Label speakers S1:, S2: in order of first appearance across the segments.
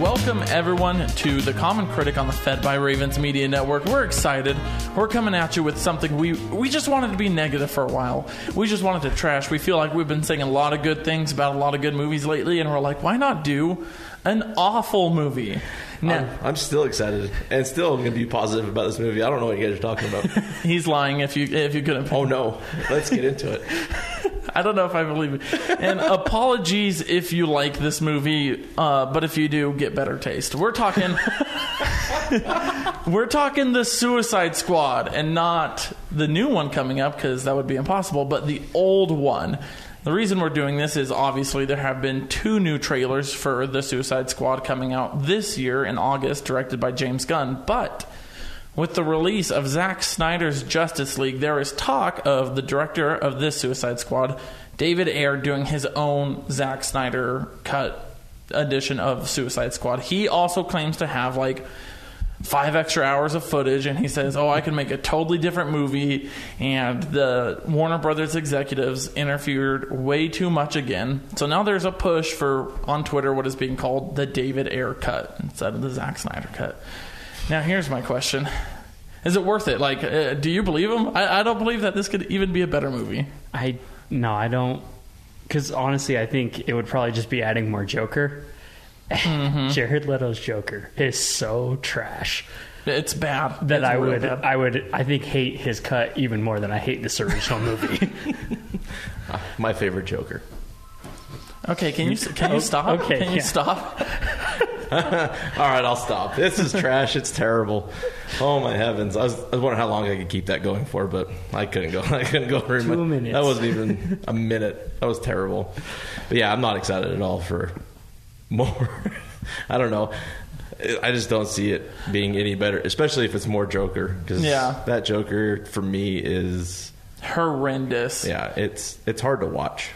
S1: Welcome, everyone, to the Common Critic on the Fed by Ravens Media Network. We're excited. We're coming at you with something we we just wanted to be negative for a while. We just wanted to trash. We feel like we've been saying a lot of good things about a lot of good movies lately, and we're like, why not do an awful movie? Now,
S2: I'm, I'm still excited, and still I'm going to be positive about this movie. I don't know what you guys are talking about.
S1: he's lying if you if you couldn't.
S2: oh no, let's get into it.
S1: I don't know if I believe it. And apologies if you like this movie, uh, but if you do, get better taste. We're talking, we're talking the Suicide Squad, and not the new one coming up because that would be impossible. But the old one. The reason we're doing this is obviously there have been two new trailers for the Suicide Squad coming out this year in August, directed by James Gunn, but. With the release of Zack Snyder's Justice League, there is talk of the director of this Suicide Squad, David Ayer, doing his own Zack Snyder cut edition of Suicide Squad. He also claims to have like five extra hours of footage and he says, "Oh, I can make a totally different movie." And the Warner Brothers executives interfered way too much again. So now there's a push for on Twitter what is being called the David Ayer cut instead of the Zack Snyder cut. Now here's my question: Is it worth it? Like, uh, do you believe him? I, I don't believe that this could even be a better movie.
S3: I no, I don't. Because honestly, I think it would probably just be adding more Joker.
S1: Mm-hmm.
S3: Jared Leto's Joker is so trash
S1: It's bad.
S3: that
S1: It's
S3: I
S1: real
S3: would,
S1: bad.
S3: I would, I think hate his cut even more than I hate this original movie.
S2: My favorite Joker.
S1: Okay, can you s- can you stop?
S3: okay,
S1: can you
S3: yeah.
S1: stop?
S2: All right, I'll stop. This is trash. It's terrible. Oh my heavens! I was, I was wondering how long I could keep that going for, but I couldn't go. I couldn't go very
S3: Two
S2: much.
S3: minutes.
S2: That wasn't even a minute. That was terrible. But yeah, I'm not excited at all for more. I don't know. I just don't see it being any better, especially if it's more Joker. Because
S1: Yeah.
S2: that Joker for me is
S1: Horrendous.
S2: yeah, it's it's hard to watch.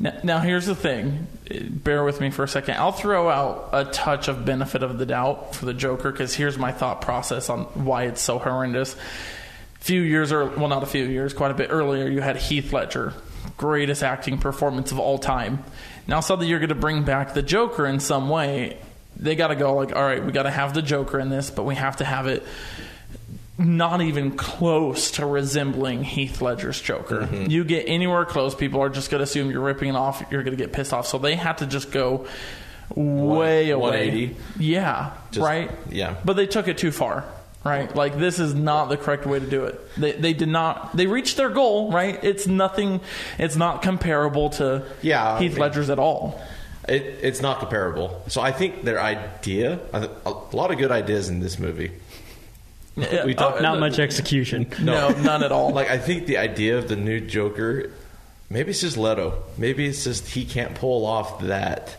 S1: Now, now here's the thing. Bear with me for a second. I'll throw out a touch of benefit of the doubt for the Joker because here's my thought process on why it's so horrendous. Few years or well, not a few years, quite a bit earlier, you had Heath Ledger, greatest acting performance of all time. Now suddenly you're going to bring back the Joker in some way. They got to go like, all right, we got to have the Joker in this, but we have to have it not even close to resembling Heath Ledger's Joker.
S2: Mm-hmm.
S1: You get anywhere close, people are just going to assume you're ripping it off. You're going to get pissed off. So they had to just go way away.
S2: 180?
S1: Yeah.
S2: Just-
S1: right?
S2: yeah.
S1: But they took it too far, right? Like, this is not the correct way to do it. They, they did not, they reached their goal, right? It's nothing, it's not comparable to
S2: Yeah, I
S1: Heath
S2: mean-
S1: Ledger's at all.
S2: It, it's not comparable. So I think their idea, I th- a lot of good ideas in this movie. We talked-
S3: Not much execution.
S1: Oh, No, none at all.
S2: Like I think the idea of the new Joker, maybe it's just Leto. Maybe it's just he can't pull off that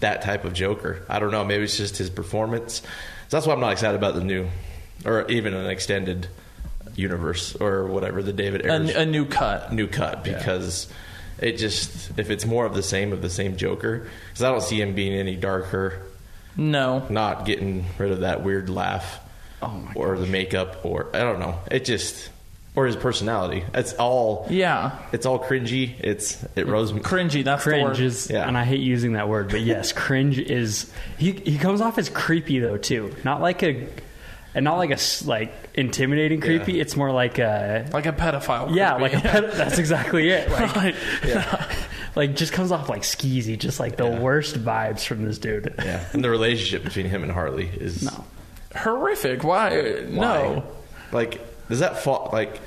S2: that type of Joker. I don't know. Maybe it's just his performance. So that's why I'm not excited about the new, or even an extended universe or whatever the David
S1: a,
S2: Ayers
S1: a new cut.
S2: new cut because it just if it's more of the same of the same Joker because I don't see him being any darker
S1: No. Oh
S2: not getting rid of that weird laugh or the makeup or I don't know. It just or his personality. It's all
S1: Yeah.
S2: It's all cringy. It's it rose me.
S1: Cringy, that's the
S3: Cringe
S1: word.
S3: is,
S2: Yeah.
S3: and I hate using that word, but yes, cringe is. He he comes off as creepy though too, not like a, and not like a s- like intimidating creepy. It's more like a
S1: like a pedophile.
S3: yeah,
S1: creepy.
S3: like a ped- that's exactly it. Like,
S1: Like,
S3: like just comes off like skeezy, just like the worst vibes from this dude.
S2: Yeah, and the relationship between him and Harley is
S3: No.
S1: horrific. Why?
S2: why?
S1: No.
S2: Like does that fall? Like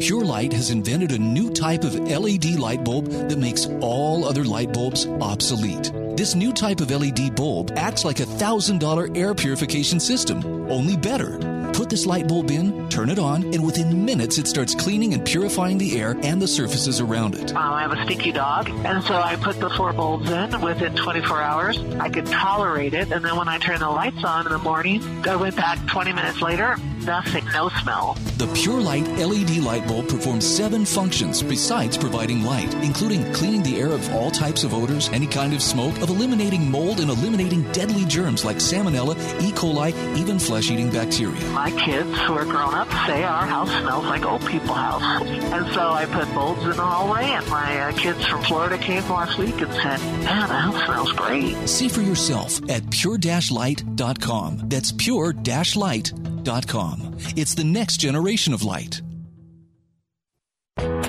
S4: Pure Light has invented a new type of LED light bulb that makes all other light bulbs obsolete. This new type of LED bulb acts like a $1,000 air purification system, only better. Put this light bulb in, turn it on, and within minutes it starts cleaning and purifying the air and the surfaces around it.
S5: Um, I have a stinky dog, and so I put the four bulbs in within 24 hours. I could tolerate it, and then when I turned the lights on in the morning, I went back 20 minutes later, nothing, no smell.
S4: The Pure Light LED light bulb performs seven functions besides providing light, including cleaning the air of all types of odors, any kind of smoke, of eliminating mold and eliminating deadly germs like salmonella, E. coli, even flesh eating bacteria.
S5: My kids, who are grown up, say our house smells like old people house, and so I put bulbs in the hallway. And my uh, kids from Florida came last week and said, "Man, the house smells great."
S4: See for yourself at pure-light.com. That's pure-light.com. It's the next generation of light.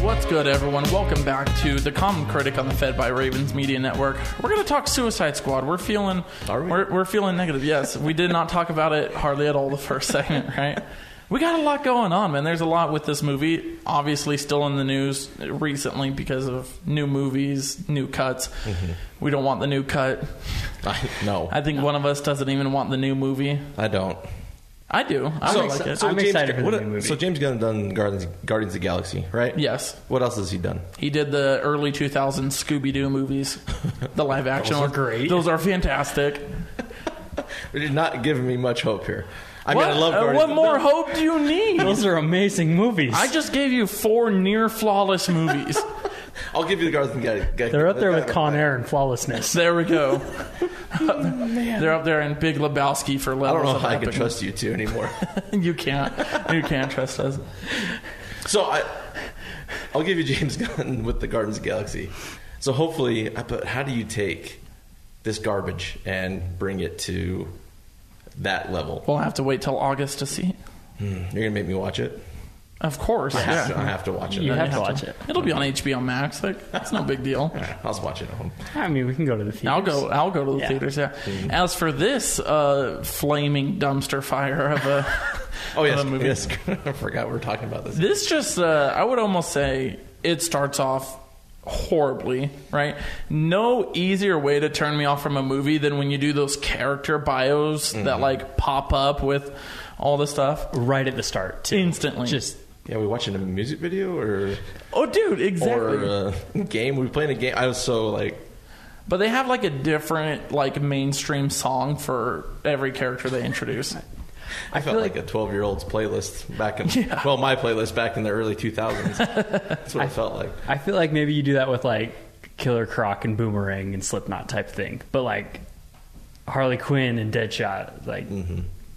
S1: What's good, everyone? Welcome back to the Common Critic on the Fed by Ravens Media Network. We're going to talk Suicide Squad. We're feeling
S2: Are we?
S1: are we're feeling negative. Yes, we did not talk about it hardly at all the first segment, right? We got a lot going on, man. There's a lot with this movie. Obviously, still in the news recently because of new movies, new cuts.
S2: Mm-hmm.
S1: We don't want the new cut.
S2: I, no,
S1: I
S2: I,
S1: think one of us doesn't even want the new movie.
S2: don't.
S1: I do. I
S2: So-
S1: like it.
S2: so
S3: I'm
S2: James
S3: excited
S2: Gunn-
S3: for the
S2: what-
S3: new movie.
S2: So James Gunn done Guardians, Guardians of the Galaxy, right?
S1: yes,
S2: What else has he done?
S1: He did the early 2000s Scooby Doo movies, the live action
S3: Those are
S1: ones.
S3: great.
S1: Those are fantastic.
S2: You're not giving me much hope here. I
S1: what
S2: mean, I love
S1: uh,
S2: Guardians.
S1: what more hope do you need?
S3: Those are amazing movies.
S1: I just gave you four near flawless movies.
S2: I'll give you the Guardians of the Galaxy.
S3: They're up there with Con Air and flawlessness.
S1: there we go. They're up there in Big Lebowski for
S2: I
S1: levels.
S2: don't know
S1: of
S2: how I can
S1: epicness.
S2: trust you two anymore.
S1: you can't. You can't trust us.
S2: So I, I'll give you James Gunn with the Gardens of the Galaxy. So hopefully, I put how do you take this garbage and bring it to that level? Hmm,
S1: We'll have to wait till August to see.
S2: You're gonna make me watch it.
S1: Of course,
S2: I have,
S1: yeah.
S2: to, I have to watch it.
S3: You
S1: Then
S3: have to watch it.
S1: It'll be on HBO Max. Like, it's no big deal.
S2: I'll just watch it at home.
S3: I mean, we can go to the theater.
S1: I'll go. I'll go to the
S3: Yeah. Mm-hmm.
S1: theaters. Yeah. As for this uh, flaming dumpster fire of a
S2: Oh yes,
S1: of a movie,
S2: yes. I forgot we were talking about this.
S1: this just uh, I would almost say it starts off horribly, right? No easier way to turn me off from a movie than when you do those character bios that like pop up with all the stuff.
S3: Mm-hmm. right at the start too.
S1: Instantly.
S3: Just
S2: Yeah, we watching a music video or
S1: Oh, dude, exactly.
S2: or a game. We playing a game. I was so like,
S1: But they have like a different like mainstream song for every character they introduce.
S2: I, felt like, a twelve year old's playlist back in well, my playlist back in the early two thousands. That's what I felt like.
S3: I feel like maybe you do that with like Killer Croc and Boomerang and Slipknot type thing, but like Harley Quinn and Deadshot, like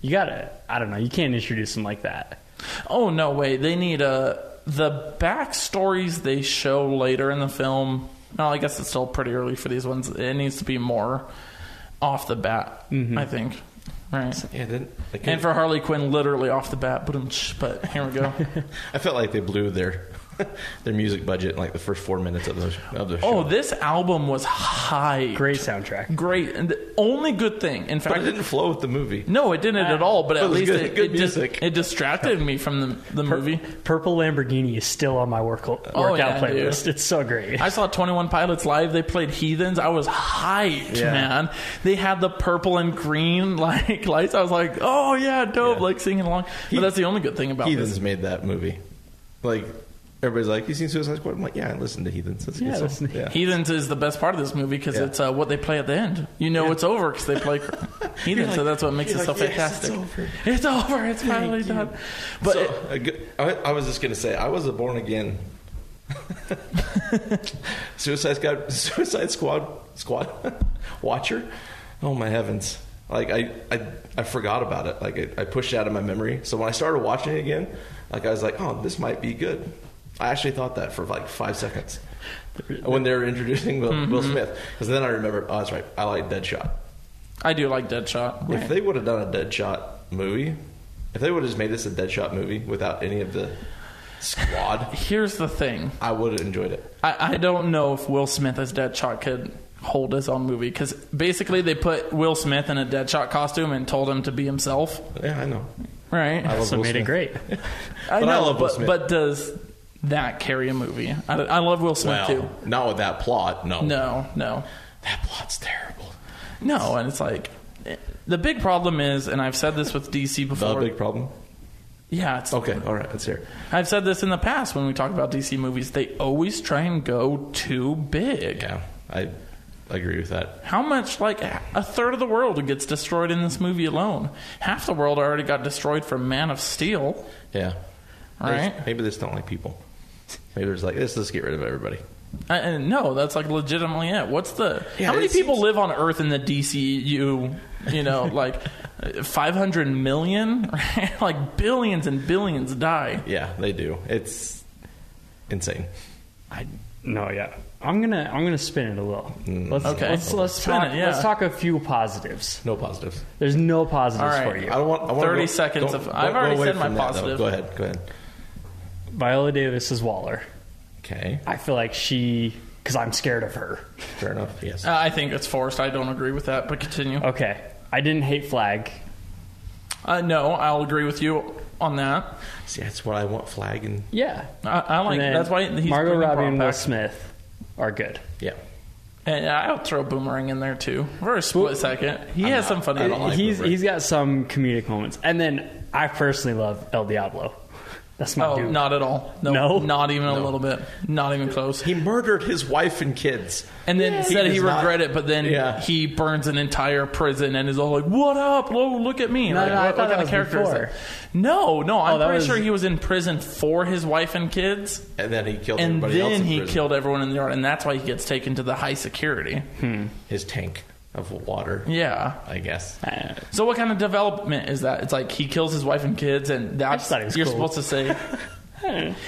S3: you gotta. I don't know. You can't introduce them like that.
S1: Oh no way! They need a the backstories they show later in the film. Well, I guess it's still pretty early for these ones. It needs to be more off the bat. I think, right?
S2: Mm-hmm. Yeah, then like,
S1: And for Harley Quinn, literally off the bat. Ba-dum-tsh, But here we go.
S2: I felt like they blew their their music budget in like the first four minutes of the of the show.
S1: oh, this album was high.
S3: Great soundtrack.
S1: Great. And the only good thing, in
S2: but it
S1: fact,
S2: didn't flow with the movie.
S1: no, it didn't at all. But
S2: It
S1: at
S2: was
S1: least
S2: good-
S1: it,
S2: good
S1: it, dis-
S2: music.
S1: it distracted me from the the movie. Oh,
S3: Purple Lamborghini is still on my work- workout
S1: yeah,
S3: playlist.
S1: dude.
S3: It's so great.
S1: I saw 21 Pilots live. They played Heathens. I was hyped,
S2: Yeah.
S1: man. They had the purple and green like lights. I was like, oh yeah, dope.
S2: Yeah.
S1: Like singing along.
S2: He-
S1: but that's the only good thing about
S2: Heathens
S1: this.
S2: made that movie. Like everybody's like, you seen Suicide Squad? I'm like, yeah, I listened to Heathens. That's a
S3: Yeah,
S2: good song.
S3: listen to
S2: Yeah.
S1: Heathens is the best part of this movie because
S2: Yeah.
S1: it's uh, what they play at the end. You know it's over because they play Heathens, so that's what makes it
S2: you're
S1: so
S2: like, yes, it's
S1: fantastic. It's over. It's finally done. But
S2: But a good- uh, I, I was just gonna say, I was a born again. Suicide Squad, Suicide Squad, Squad Watcher. Oh my heavens! Like I, I, I forgot about it. Like I, I pushed it out of my memory. So when I started watching it again, like I was like, oh, this might be good. I actually thought that for like five seconds when they were introducing Will, Will Smith, because then I remembered, oh, that's right, I like Deadshot.
S1: I do like Deadshot.
S2: If they would have done a Deadshot movie, if they would have just made this a Deadshot movie without any of the squad,
S1: Here's the thing.
S2: I would have enjoyed it.
S1: I, I don't know if Will Smith as Deadshot could hold his own movie because basically they put Will Smith in a Deadshot costume and told him to be himself,
S2: Yeah, I know.
S1: right?
S2: I love
S3: so
S2: Will
S3: made
S2: Smith.
S3: it great.
S1: I
S2: but I
S1: know,
S2: love Will
S1: but,
S2: Smith.
S1: but does that carry a movie? I, I love Will Smith
S2: Well,
S1: too.
S2: not with that plot. No,
S1: No, no,
S2: that plot's terrible.
S1: no, and it's like the big problem is, and I've said this with DC
S2: The
S1: before.
S2: big problem.
S1: yeah, it's
S2: Okay, all right, let's hear.
S1: I've said this in the past when we talk about DC movies. They always try and go too big.
S2: Yeah, I agree with that.
S1: How much, like, a third of the world gets destroyed in this movie alone? Half the world already got destroyed from Man of Steel,
S2: Yeah,
S1: right?
S2: There's- Maybe they just don't like people. Maybe there's like let's just get rid of everybody.
S1: I, and no, that's, like, legitimately it. What's the.
S2: Yeah,
S1: how many
S2: it
S1: people
S2: seems-
S1: live on Earth in the DCU? You know, like, uh, 500 million? Right? like, billions and billions die.
S2: Yeah, they do. It's insane.
S3: I no, yeah. I'm gonna I'm gonna spin it a little. Let's,
S1: Okay.
S3: let's let's
S1: Spin
S3: talk,
S1: it, yeah.
S3: let's talk a few positives.
S2: No positives.
S3: There's no positives
S1: All right.
S3: for you.
S2: I don't want. I want
S1: 30 seconds of- I've already said my positive.
S2: Go ahead. Go ahead.
S3: Viola Davis is Waller.
S2: Okay.
S3: I feel like she, because I'm scared of her.
S2: Fair enough. Yes.
S1: Uh, I think it's forced. I don't agree with that, but continue.
S3: Okay, I didn't hate Flag.
S1: Uh, no, I'll agree with you on that.
S2: See, that's what I want. Flag and
S3: Yeah,
S1: I, I like
S3: And then
S1: That's why he's
S3: Margot
S1: bringing Bob
S3: Robbie and Will
S1: back.
S3: Smith are good.
S2: yeah.
S1: And uh, I'll throw Boomerang in there too for a split second. He has some funny.
S2: like
S3: he's
S2: Boomerang.
S3: he's got some comedic moments, and then I personally love El Diablo. That's my
S1: Oh,
S3: dude.
S1: not at all. No,
S3: No?
S1: not even a little bit. Not even close.
S2: He murdered his wife and kids.
S1: And then said he,
S2: does not-
S1: regret it, but then
S2: Yeah.
S1: he burns an entire prison and is all like, "What up? Whoa, look at me!"
S3: No,
S1: like,
S3: no, I
S1: what,
S3: thought
S1: what
S3: that
S1: kind of
S3: was
S1: character is
S3: before.
S1: that? No, no, I'm
S3: Oh, that
S1: pretty
S3: was-
S1: sure he was in prison for his wife and kids,
S2: And then he killed
S1: and
S2: everybody else.
S1: then
S2: in
S1: he
S2: prison.
S1: killed everyone in the yard, and that's why he gets taken to the high security.
S2: his tank. of water.
S1: Yeah.
S2: I guess.
S3: Uh,
S1: So what kind of development is that? It's like he kills his wife and kids, and that's
S3: just thought he was
S1: you're
S3: cool.
S1: supposed to say.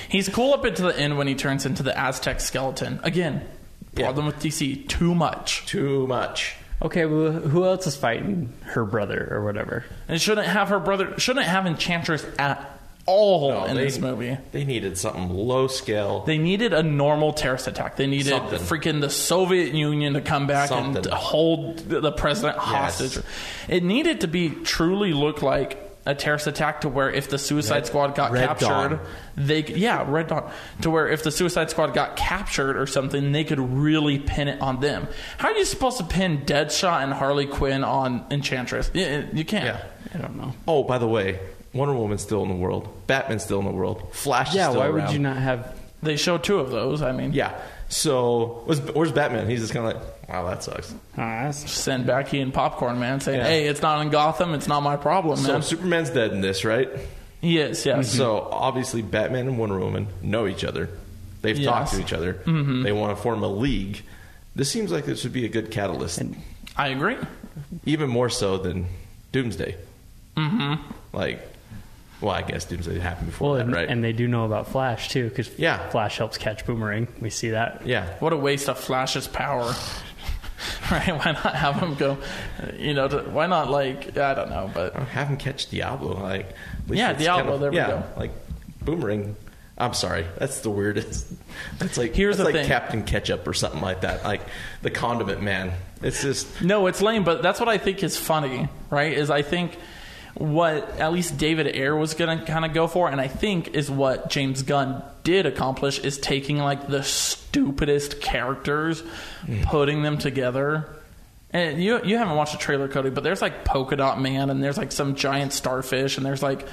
S1: He's cool up until the end when he turns into the Aztec skeleton again.
S2: Yeah.
S1: Problem with DC too much.
S2: Too much.
S3: okay, well, who else is fighting her brother or whatever?
S1: And shouldn't have her brother. Shouldn't have Enchantress at all
S2: No,
S1: in
S2: they-
S1: this movie.
S2: They needed something low scale.
S1: They needed a normal terrorist attack. They needed
S2: Something.
S1: freaking the Soviet Union to come back and
S2: Something.
S1: hold the president hostage. It needed to be truly look like a terrorist attack to where if the Suicide Squad got
S2: Red
S1: captured,
S2: Dawn.
S1: they c- yeah Red Dawn to where if the Suicide Squad got captured or something, they could really pin it on them. How are you supposed to pin Deadshot and Harley Quinn on Enchantress? You, you can't.
S2: Yeah.
S3: I don't know.
S2: Oh, by the way, Wonder Woman's still in the world. Batman's still in the world. Flash is
S3: Yeah,
S2: still
S3: why
S2: around.
S3: would you not have?
S1: They show two of those. I mean,
S2: Yeah. So, where's, where's Batman? He's just kind of like, wow, that sucks.
S3: Ah, that's-
S1: Send Becky and Popcorn Man saying,
S2: Yeah.
S1: "Hey, it's not in Gotham. It's not my problem,
S2: So,
S1: man."
S2: Superman's dead in this, right?
S1: Yes, yes.
S2: So, obviously, Batman and Wonder Woman know each other. They've
S1: Yes. Mm-hmm.
S2: talked to each other. They want to form a league. This seems like this would be a good catalyst,
S1: I agree.
S2: even more so than Doomsday. Mm-hmm. Like, well, I guess Doomsday happened before
S3: well,
S2: that,
S3: and,
S2: right?
S3: and they do know about Flash too, because
S2: Yeah.
S3: Flash helps catch Boomerang. We see that.
S2: yeah.
S1: What a waste of Flash's power. right? Why not have him go, you know, to, why not, like, I don't know, but
S2: have him catch Diablo. Like, at least
S1: Yeah,
S2: it's
S1: Diablo, there we
S2: yeah,
S1: go.
S2: Like boomerang. I'm sorry, that's the weirdest. That's like
S1: Here's
S2: that's
S1: the
S2: like
S1: thing.
S2: Captain Ketchup or something like that. Like the condiment man. It's just
S1: No, it's lame, but that's what I think is funny, right? Is I think what at least David Ayer was going to kind of go for, and I think is what James Gunn did accomplish, is taking like the stupidest characters,
S2: Mm.
S1: putting them together. And you you haven't watched the trailer, Cody, but there's like Polka Dot Man, and there's like some giant starfish, and there's like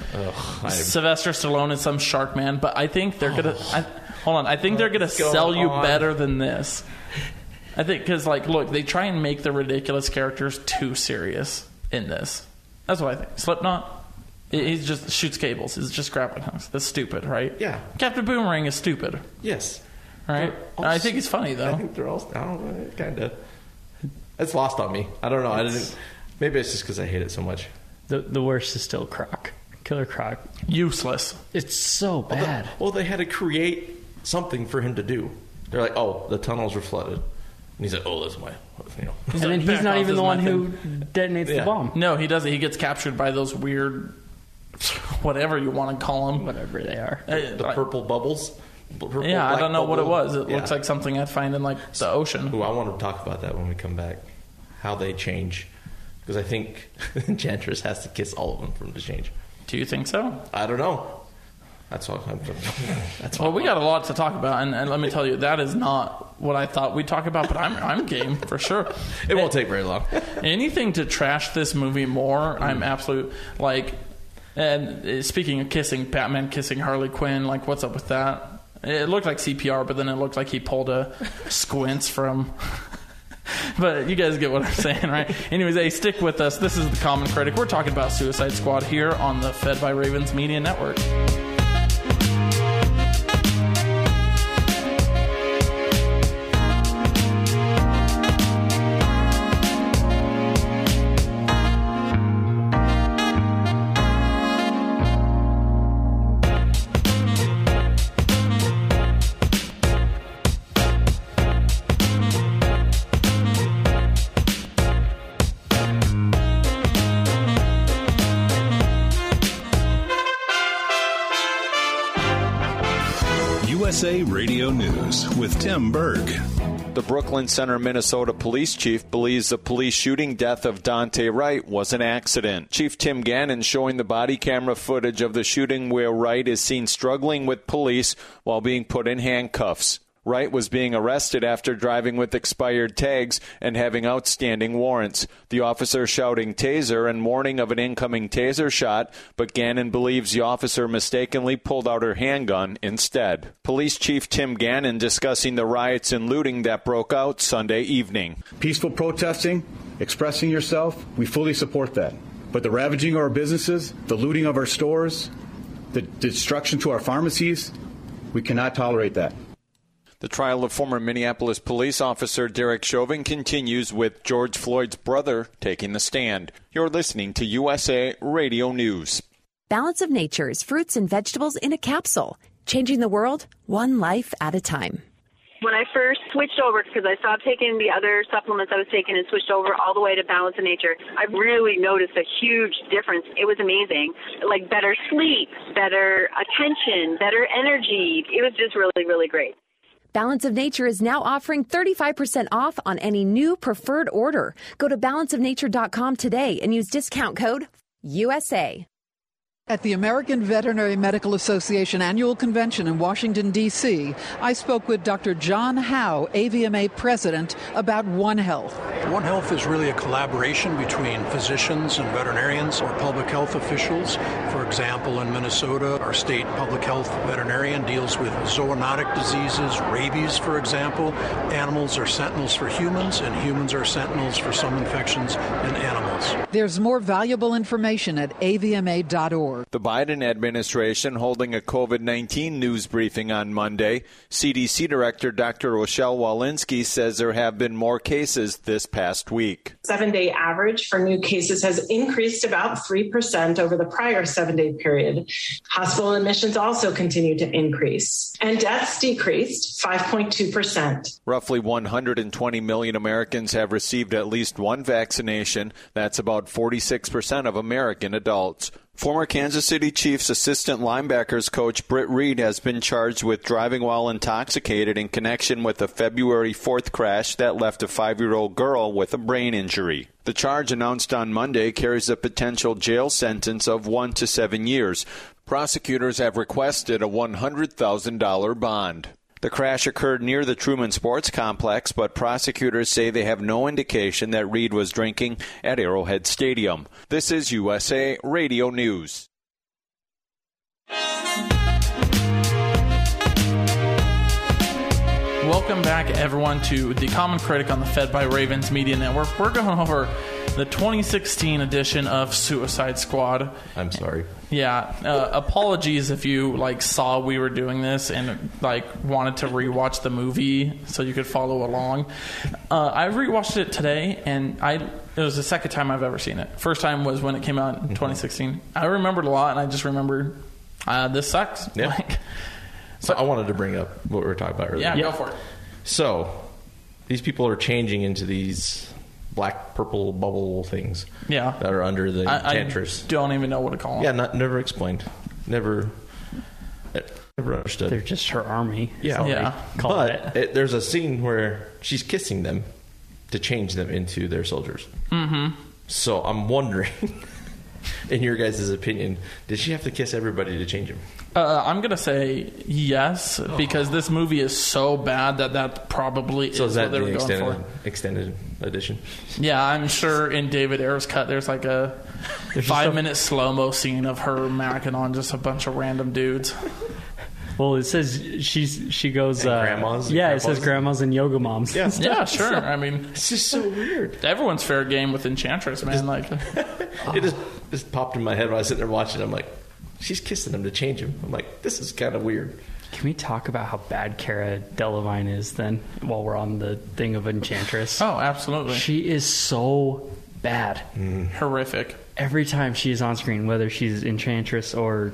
S2: I-
S1: Sylvester Stallone and some shark man. But I think they're gonna
S2: Oh.
S1: I, hold on. I think they're gonna
S2: going
S1: sell you
S2: on?
S1: better than this. I think because like, look, they try and make the ridiculous characters too serious in this. That's what I think. Slipknot, he he just shoots cables. He's just grappling hooks. That's stupid, right?
S2: Yeah.
S1: Captain Boomerang is stupid,
S2: yes.
S1: right?
S2: They're all
S1: I think it's funny
S2: I
S1: though.
S2: think they're all. I don't know. Kind of. It's lost on me. I don't know. I didn't. Maybe it's just because I hate it so much.
S3: The the worst is still Croc, Killer Croc.
S1: Useless.
S3: It's so bad.
S2: Well, they had to create something for him to do. They're like, oh, the tunnels were flooded, and he's like, oh, that's my, you know.
S3: and then he's
S1: Back
S3: not
S1: off
S3: even
S1: is
S3: the
S1: my
S3: one who
S1: thing.
S3: detonates
S2: Yeah.
S3: the bomb.
S1: No, he doesn't. He gets captured by those weird, whatever you want to call Uh, them.
S3: Whatever they are.
S2: the purple bubbles. b- purple,
S1: Yeah, I
S2: black
S1: don't know what it
S2: bubble.
S1: was. It
S2: Yeah.
S1: looks like something I'd find in like the ocean.
S2: Ooh, I want to talk about that when we come back. How they change, because I think Enchantress has to kiss all of them from the change.
S1: Do you think so?
S2: I don't know. That's all. I'm, that's all.
S1: Well, we got a lot to talk about, and, and let me tell you, that is not what I thought we'd talk about. But I'm I'm game for sure.
S2: It won't take very long. Mm.
S1: anything to trash this movie more. I'm absolute like. And uh, speaking of kissing, Batman kissing Harley Quinn, like what's up with that? It looked like CPR, but then it looked like he pulled a squints from. But you guys get what I'm saying, right? Anyways, hey, stick with us. This is the Common Critic. We're talking about Suicide Squad here on the Fed by Ravens Media Network.
S6: USA Radio News with Tim Berg.
S7: The Brooklyn Center, Minnesota police chief believes the police shooting death of Dante Wright was an accident. Chief Tim Gannon showing the body camera footage of the shooting where Wright is seen struggling with police while being put in handcuffs. Wright was being arrested after driving with expired tags and having outstanding warrants. The officer shouting taser and warning of an incoming taser shot, but Gannon believes the officer mistakenly pulled out her handgun instead. Police Chief Tim Gannon discussing the riots and looting that broke out Sunday evening.
S8: Peaceful protesting, expressing yourself, we fully support that. But the ravaging of our businesses, the looting of our stores, the destruction to our pharmacies, we cannot tolerate that.
S7: The trial of former Minneapolis police officer Derek Chauvin continues with George Floyd's brother taking the stand. You're listening to USA Radio News.
S9: Balance of Nature's fruits and vegetables in a capsule, changing the world one life at a time.
S10: When I first switched over, because I stopped taking the other supplements I was taking and switched over all the way to Balance of Nature, I really noticed a huge difference. It was amazing. Like better sleep, better attention, better energy. It was just really, really great.
S9: Balance of Nature is now offering 35% off on any new preferred order. Go to balanceofnature.com today and use discount code USA.
S11: At the American Veterinary Medical Association annual convention in Washington, D.C., I spoke with Dr. John Howe, AVMA president, about One Health.
S12: One Health is really a collaboration between physicians and veterinarians or public health officials. For example, in Minnesota, our state public health veterinarian deals with zoonotic diseases, rabies, for example. Animals are sentinels for humans, and humans are sentinels for some infections in animals.
S11: There's more valuable information at avma.org.
S7: The Biden administration holding a COVID 19 news briefing on Monday. CDC Director Dr. Rochelle Walensky says there have been more cases this past week.
S13: Seven day average for new cases has increased about 3% over the prior seven day period. Hospital admissions also continue to increase, and deaths decreased 5.2%.
S7: Roughly 120 million Americans have received at least one vaccination. That's about 46% of American adults. Former Kansas City Chiefs assistant linebackers coach Britt Reed has been charged with driving while intoxicated in connection with a February 4th crash that left a five year old girl with a brain injury. The charge announced on Monday carries a potential jail sentence of one to seven years. Prosecutors have requested a $100,000 bond. The crash occurred near the Truman Sports Complex, but prosecutors say they have no indication that Reed was drinking at Arrowhead Stadium. This is USA Radio News.
S1: Welcome back, everyone, to the Common Critic on the Fed by Ravens Media Network. We're going over the 2016 edition of Suicide Squad.
S2: I'm sorry.
S1: Yeah, uh, apologies if you like saw we were doing this and like wanted to rewatch the movie so you could follow along. Uh, I rewatched it today, and I it was the second time I've ever seen it. First time was when it came out in
S2: Mm-hmm.
S1: 2016. I remembered a lot, and I just remembered uh, this sucks.
S2: Yeah.
S1: Like,
S2: So I wanted to bring up what we were talking about earlier.
S1: yeah, go for it.
S2: So these people are changing into these black purple bubble things.
S1: Yeah.
S2: That are under the
S1: I, I
S2: tantras.
S1: don't even know what to call it.
S2: yeah, not never explained. Never never understood.
S3: They're just her army. is
S2: yeah.
S3: all they Call it.
S2: But it, there's a scene where she's kissing them to change them into their soldiers.
S1: Mm-hmm.
S2: So I'm wondering in your guys' opinion, did she have to kiss everybody to change them?
S1: Uh, I'm gonna say yes because this movie is so bad that that probably
S2: So
S1: is
S2: is that
S1: what they
S2: the
S1: were going for.
S2: extended extended edition?
S1: Yeah, I'm sure in David Ayer's cut, there's like a five minute slow mo scene of her macking on just a bunch of random dudes.
S3: Well, it says she's she goes.
S1: And
S3: uh,
S1: grandmas and
S3: yeah, it
S1: grandpas.
S3: says grandmas and yoga moms. and stuff.
S1: yeah, sure. I mean,
S2: it's just so weird.
S1: Everyone's fair game with Enchantress, man. Like,
S2: It just just popped in my head while I was sitting there watching. I'm like, she's kissing him to change him. I'm like, this is kind of weird.
S3: Can we talk about how bad Cara Delevingne is then? While we're on the thing of Enchantress.
S1: oh, absolutely. Mm-hmm.
S3: She is so bad.
S1: Horrific.
S3: Every time she is on screen, whether she's Enchantress or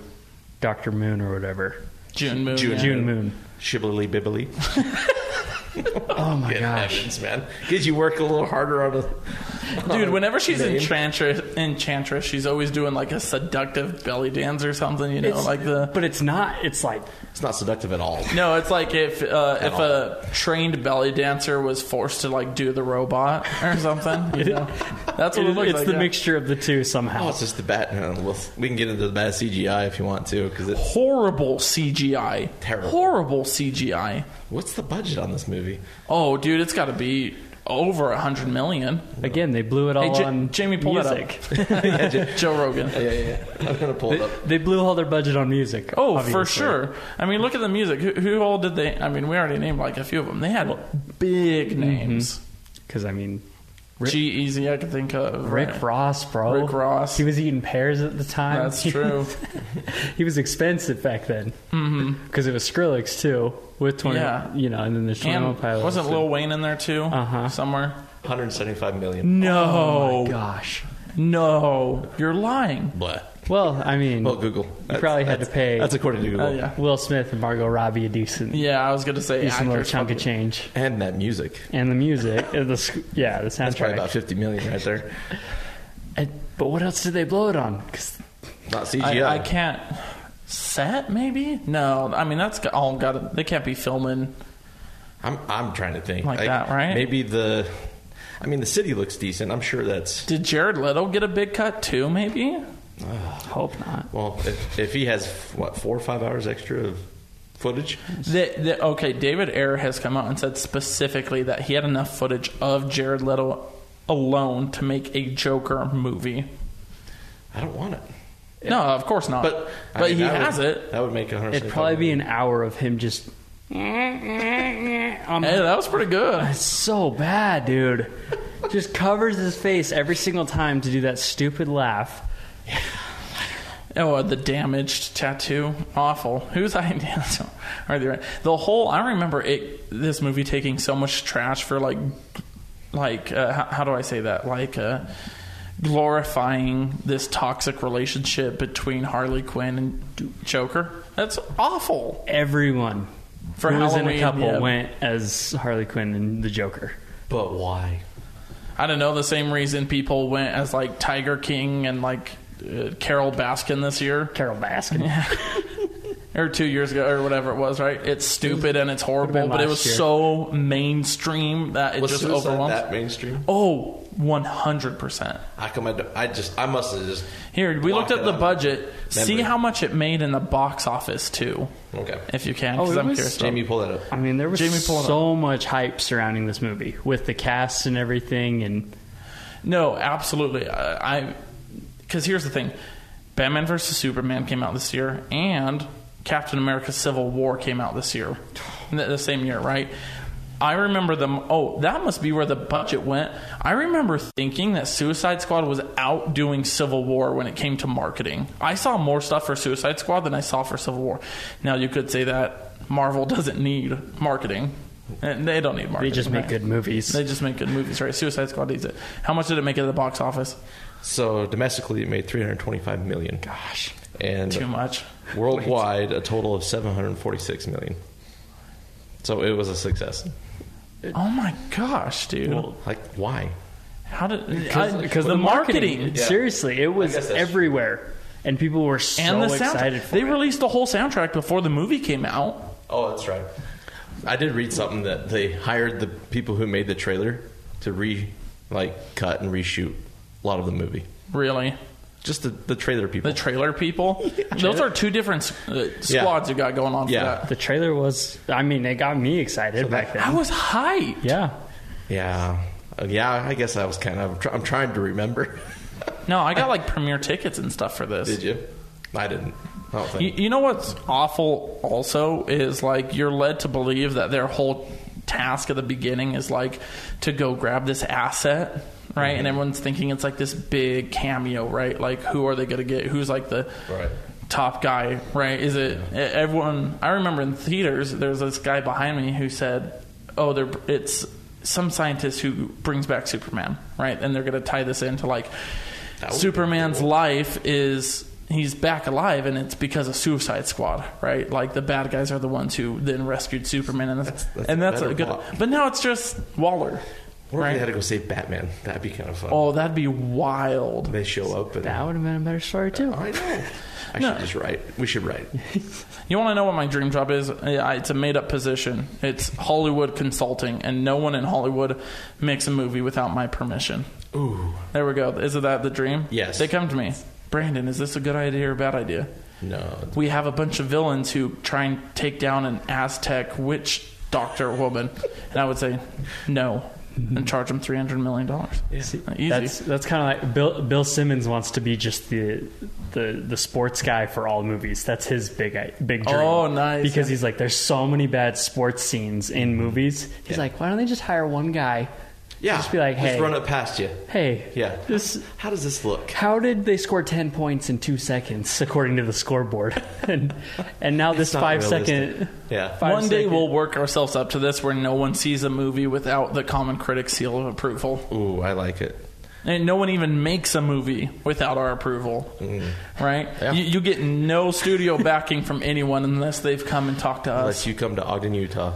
S3: Doctor Moon or whatever.
S1: June Moon.
S3: June,
S1: yeah.
S3: Moon.
S2: Shibbly bibbly.
S3: oh my
S2: Good
S3: gosh.
S2: heavens, man. Because you work a little harder on a
S1: Dude, whenever she's
S2: Name.
S1: enchantress, enchantress, she's always doing like a seductive belly dance or something, you know,
S3: It's-
S1: like the.
S3: Uh, But it's not. It's like
S2: It's not seductive at all.
S1: No, it's like if uh, if a trained belly dancer was forced to like do the robot or something. You know? That's what it,
S3: it-
S1: looks
S3: it's
S1: like.
S3: the
S1: yeah.
S3: mixture of the two somehow.
S2: Oh, it's just the bad. no, we'll- we can get into the bad CGI if you want to. Because it's
S1: Horrible CGI.
S2: Terrible.
S1: Horrible CGI.
S2: what's the budget on this movie?
S1: Oh, dude, it's got to be over a hundred million.
S3: Again, they blew it all
S1: Hey, Ja-
S3: on
S1: Jamie, pull that
S3: music.
S1: Joe Rogan.
S2: Yeah, yeah, yeah. I'm gonna pull it up.
S3: They blew all their budget on music.
S1: Oh, for
S3: obviously.
S1: sure. I mean, look at the music. Who, who all did
S3: mm-hmm.
S1: they? I mean, we already named like a few of them. They had big names.
S3: Because Mm-hmm. I mean,
S1: G Easy I can think of.
S3: Rick
S1: right?
S3: Ross, bro.
S1: Rick Ross.
S3: He was eating pears at the time.
S1: That's true.
S3: he was expensive back then
S1: Mhm.
S3: because it was Skrillex too with twenty.
S1: Yeah.
S3: You know, and then there's Twenty One
S1: And
S3: Pilots.
S1: wasn't
S3: and-
S1: Lil Wayne in there too? Uh huh. Somewhere.
S2: 175 million.
S1: No.
S3: Oh my gosh.
S1: No. You're lying.
S2: What?
S3: Well, I mean,
S2: well, Google.
S3: You probably had to pay.
S2: That's according to Google.
S1: Oh, yeah.
S3: Will Smith and Margot Robbie a decent.
S1: Yeah, I was gonna say
S3: decent little
S1: actors
S3: chunk of change.
S2: And that music.
S3: And the music. uh, the sc- yeah, the soundtrack.
S2: That's probably about 50 million right there.
S3: And, but what else did they blow it on? 'Cause
S2: Not CGI.
S1: I, I can't. Set maybe? No. I mean that's got- all got. to They can't be filming.
S2: I'm I'm trying to think
S1: Like that, right?
S2: Maybe the. I mean, the city looks decent. I'm sure that's.
S1: Did Jared Leto get a big cut too? Maybe.
S3: Hope not.
S2: Well, if, if he has what four or five hours extra of footage,
S1: That, that, okay, David Ayer has come out and said specifically that he had enough footage of Jared Leto alone to make a Joker movie.
S2: I don't want it.
S1: No, of course not.
S2: But I
S1: but
S2: mean,
S1: he
S2: that would-
S1: has it.
S2: That would make a hundred.
S3: It'd probably be an hour of him just.
S1: hey, that was pretty good.
S3: It's so bad, dude. just covers his face every single time to do that stupid laugh.
S1: Oh, the damaged tattoo, awful. Who's I? Are they right? The whole. I remember it. This movie taking so much trash for like, like uh, how, how do I say that? Like uh, glorifying this toxic relationship between Harley Quinn and Joker. That's awful.
S3: Everyone
S1: For
S3: who was in a
S1: Halloween,
S3: couple
S1: yeah.
S3: went as Harley Quinn and the Joker.
S2: But why?
S1: I don't know. The same reason people went as like Tiger King and like uh, Carol Baskin this year.
S3: Carol Baskin,
S1: or two years ago, or whatever it was. Right? It's stupid and it's horrible,
S2: been
S1: but it
S2: last
S1: was
S2: year.
S1: so mainstream that it
S2: Was
S1: just
S2: Suicide
S1: overwhelms.
S2: that mainstream?
S1: Oh, one hundred percent.
S2: How come I, don't- I just I must have just
S1: Here, we
S2: blocked
S1: looked up
S2: it
S1: the
S2: out.
S1: budget. See
S2: Memory.
S1: how much it made in the box office too.
S2: Okay.
S1: If you can,
S3: Oh,
S1: because
S3: it
S1: I'm
S3: was-
S1: curious.
S2: Jamie, pull that up.
S3: I mean, there was
S1: Jamie, pull it
S3: so much hype surrounding this movie with the cast and everything, and
S1: No, absolutely. I because here's the thing: Batman vs Superman came out this year, and Captain America: Civil War came out this year, In the, the same year, right? I remember them. Oh, that must be where the budget went. I remember thinking that Suicide Squad was outdoing Civil War when it came to marketing. I saw more stuff for Suicide Squad than I saw for Civil War. Now you could say that Marvel doesn't need marketing. And they don't need marketing.
S3: just make
S1: right?
S3: good movies.
S1: They just make good movies, right? Suicide Squad needs it. How much did it make at the box office?
S2: So domestically, it made 325 million.
S1: Gosh,
S2: and
S1: too much.
S2: Worldwide, a total of 746 million. So it was a success.
S1: Oh my gosh, dude!
S2: Well, like why?
S1: How did
S3: because
S1: I-
S3: the, marketing,
S1: Yeah.
S3: seriously, it was everywhere, and people were so
S1: and the
S3: excited
S1: soundtrack.
S3: for
S1: They
S3: it.
S1: released the whole soundtrack before the movie came out.
S2: Oh, that's right. I did read something that they hired the people who made the trailer to re like cut and reshoot a lot of the movie.
S1: Really,
S2: Just the, the trailer people.
S1: the trailer people. Those are two different uh, squads
S2: Yeah.
S1: you got going on.
S2: Yeah.
S1: for
S3: The trailer was, I mean, it got me excited back then.
S1: that. I was hyped.
S3: yeah.
S2: yeah. Uh, Yeah, I guess I was kind of I'm trying to remember.
S1: No, I got like premiere tickets and stuff for this.
S2: Did you? I didn't. I don't think.
S1: You, you know what's awful also is like you're led to believe that their whole task at the beginning is like to go grab this asset, right? And everyone's thinking it's like this big cameo, right? Like who are they going to get? Who's like the
S2: Right.
S1: top guy, right? Is it e- everyone? I remember in theaters, there's this guy behind me who said, "Oh, they're it's some scientist who brings back Superman, right?" And they're going to tie this into like
S2: That would be
S1: Superman's
S2: cool.
S1: life is he's back alive, and it's because of Suicide Squad, right? Like the bad guys are the ones who then rescued Superman, and that's,
S2: that's a
S1: and that's a
S2: better
S1: good.
S2: plot.
S1: But now it's just Waller.
S2: What if
S1: Right.
S2: they had to go save Batman? That'd be kind of fun.
S1: Oh, that'd be wild.
S2: They show up and
S3: That would have been a better story, too.
S2: I know. I
S1: No.
S2: should just write. We should write.
S1: You want to know what my dream job is? I- It's a made up position. It's Hollywood consulting, and no one in Hollywood makes a movie without my permission.
S2: Ooh.
S1: There we go. Isn't that the dream?
S2: Yes.
S1: They come to me. Brandon, is this a good idea or a bad idea?
S2: No.
S1: We have a bunch of villains who try and take down an Aztec witch doctor woman. And I would say, no, and charge them $300 million. Easy.
S3: That's that's kind of like Bill, Bill Simmons wants to be just the the the sports guy for all movies. That's his big i- big dream.
S1: Oh, nice.
S3: Because he's like, there's so many bad sports scenes in movies. He's
S2: Yeah.
S3: like, why don't they just hire one guy
S2: Yeah.
S3: Just be like, hey,
S2: Just run it past you.
S3: hey,
S2: Yeah. This, How does this look?
S3: how did they score 10 points in two seconds according to the scoreboard? and, and now this
S1: not
S3: five second.
S1: realistic.
S2: Yeah.
S3: Five
S1: one day
S3: second-
S1: we'll work ourselves up to this where no one sees a movie without the common critic seal of approval.
S2: Ooh, I like it.
S1: And no one even makes a movie without our approval, right? You, you get no studio backing from anyone unless they've come and talked to us.
S2: Unless you come to Ogden, Utah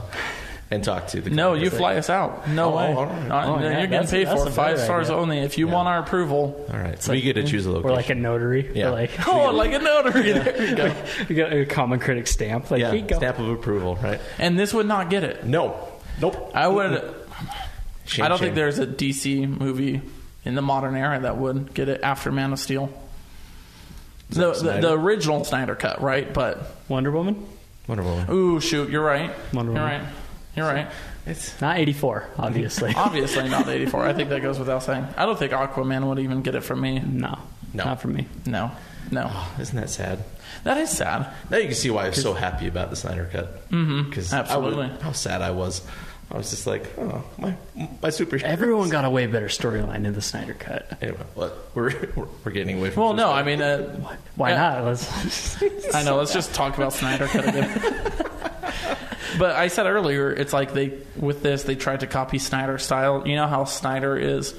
S2: and talk to the
S1: Uh, No, you
S2: Congress.
S1: fly us out. No
S2: Oh,
S1: way.
S2: all right.
S1: Not-
S2: Oh, yeah,
S1: you're getting
S2: that's-
S1: paid
S2: that's
S1: for
S2: a
S1: it. five
S2: better
S1: stars
S2: idea.
S1: only. If you want our approval,
S2: All right. we get to choose a
S3: We're
S2: location.
S3: like a notary.
S2: Yeah.
S3: We're like,
S1: oh, like a notary. There you go.
S3: we got a common critic stamp. Like, here you
S2: yeah.
S3: go.
S2: Stamp of approval, right?
S1: And this would not get it.
S2: No. Nope.
S1: I would.
S2: Shame,
S1: I don't
S2: shame.
S1: think there's a DC movie in the modern era that would get it after Man of Steel. The, the,
S3: Snyder?
S1: the original Snyder cut, right? But
S3: Wonder Woman?
S2: Wonder Woman.
S1: ooh, shoot, you're right.
S3: Wonder
S1: you're
S3: Woman.
S1: right. You're right.
S2: It's
S3: not 84, obviously.
S1: Obviously not 84. I think that goes without saying. I don't think Aquaman would even get it from me.
S3: No,
S2: No.
S3: not for me. Oh.
S1: No, no.
S2: Isn't that sad?
S1: That is sad.
S2: Now you can see why I was so happy about the Snyder Cut.
S1: Mhm,
S2: Because
S1: absolutely.
S2: how sad I was. I was just like, oh, my my superhero.
S3: Everyone got a way better storyline in the Snyder Cut.
S2: Anyway, what we're we're- we're getting away from.
S1: Well, no, I mean, uh,
S3: Why
S1: Yeah.
S3: not? Let's,
S1: I know. Let's just talk about Snyder Cut again. but I said earlier, it's like they with this they tried to copy Snyder's style. You know how Snyder is,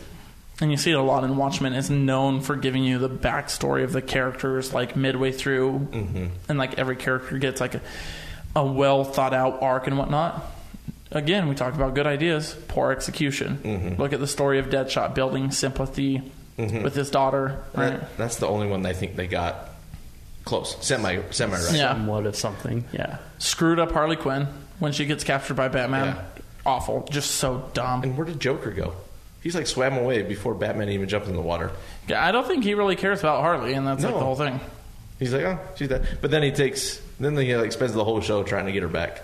S1: and you see it a lot in Watchmen. Is known for giving you the backstory of the characters like midway through, and like every character gets like a, a well thought out arc and whatnot. Again, we talked about good ideas, poor execution. Look at the story of Deadshot building sympathy with his daughter. Right?
S2: That- that's the only one I think they got close, semi semi right.
S1: Yeah.
S3: Somewhat of something. Yeah.
S1: screwed up Harley Quinn when she gets captured by Batman.
S2: Yeah.
S1: Awful, just so dumb.
S2: And where did Joker go? He's like swam away before Batman even jumped in the water.
S1: Yeah, I don't think he really cares about Harley, and that's like
S2: No.
S1: the whole thing.
S2: He's like, oh, she's that. But then he takes, then he like spends the whole show trying to get her back.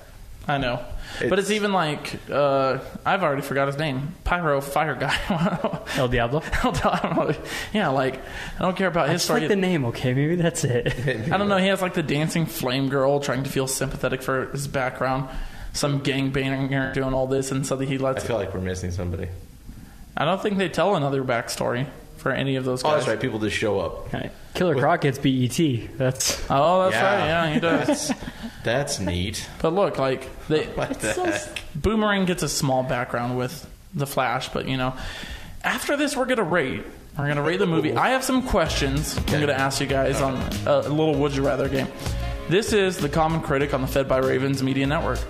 S1: I know, but it's even like uh, I've already forgot his name. Pyro Fire Guy.
S3: El Diablo.
S1: yeah, like I don't care about
S3: I
S1: his
S3: just
S1: story.
S3: like the name, okay? Maybe that's it.
S1: I don't know. He has like the dancing flame girl trying to feel sympathetic for his background. Some gangbanger doing all this, and suddenly he
S2: I
S1: lets.
S2: feel like we're missing somebody.
S1: I don't think they tell another backstory for any of those guys.
S2: Oh, that's right. People just show up.
S3: Alright. Killer Croc gets BET. That's
S1: Oh, that's
S2: Yeah.
S1: right. Yeah, he does.
S2: That's, that's neat.
S1: But look, like they,
S2: What the heck?
S1: Boomerang gets a small background with the Flash, but you know, after this, we're gonna rate. We're gonna rate the movie. I have some questions. I'm gonna ask you guys on a little Would You Rather game. This is the Common Critic on the Fed by Ravens Media Network.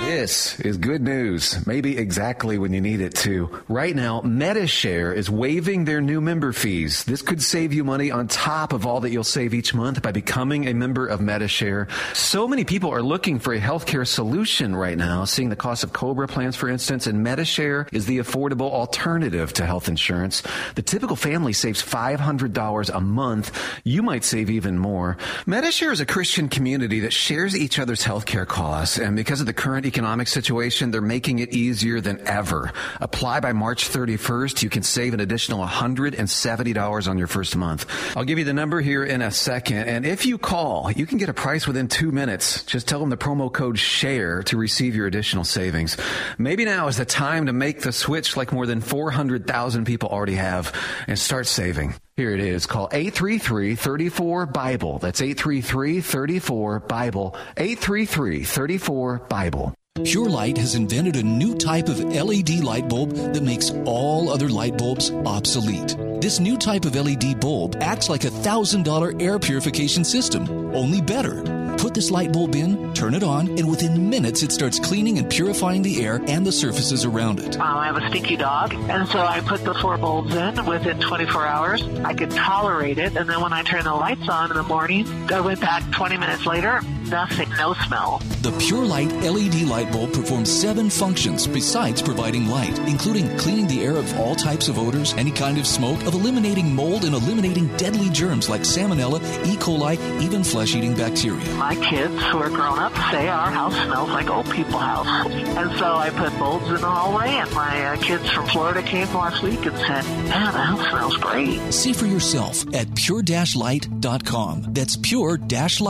S14: This is good news, maybe exactly when you need it to. Right now, Metashare is waiving their new member fees. This could save you money on top of all that you'll save each month by becoming a member of Metashare. So many people are looking for a healthcare solution right now, seeing the cost of Cobra plans, for instance, and Metashare is the affordable alternative to health insurance. The typical family saves $500 a month. You might save even more. Metashare is a Christian community that shares each other's healthcare costs, and because of the current economic situation, they're making it easier than ever. Apply by March 31st. You can save an additional $170 on your first month. I'll give you the number here in a second, and if you call, you can get a price within two minutes. Just tell them the promo code SHARE to receive your additional savings. Maybe now is the time to make the switch like more than 400,000 people already have and start saving. Here it is. Call 833-34-BIBLE. That's 833-34-BIBLE. 833-34-BIBLE.
S4: Pure Light has invented a new type of LED light bulb that makes all other light bulbs obsolete. This new type of LED bulb acts like a $1,000 air purification system, only better. Put this light bulb in, turn it on, and within minutes it starts cleaning and purifying the air and the surfaces around it.
S5: Um, I have a stinky dog, and so I put the four bulbs in within 24 hours. I could tolerate it, and then when I turn the lights on in the morning, I went back 20 minutes later, nothing, no smell.
S4: The Pure Light LED light bulb performs seven functions besides providing light, including cleaning the air of all types of odors, any kind of smoke, of eliminating mold, and eliminating deadly germs like salmonella, E. coli, even flesh eating bacteria.
S5: My kids who are grown up say our house smells like old people house. And so I put bulbs in the hallway and my uh, kids from Florida came last week and said, man, the house smells great.
S4: See for yourself at pure-light.com. That's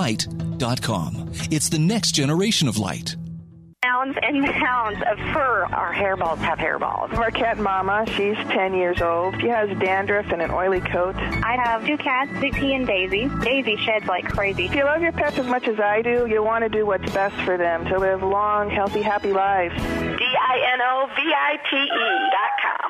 S4: pure-light.com. It's the next generation of light.
S15: Mounds and mounds of fur. Our hairballs have hairballs.
S16: Our cat Mama, she's 10 years old. She has dandruff and an oily coat.
S17: I have two cats, Dixie and Daisy. Daisy sheds like crazy.
S16: If you love your pets as much as I do, you'll want to do what's best for them to live long, healthy, happy lives.
S17: D-I-N-O-V-I-T-E dot com.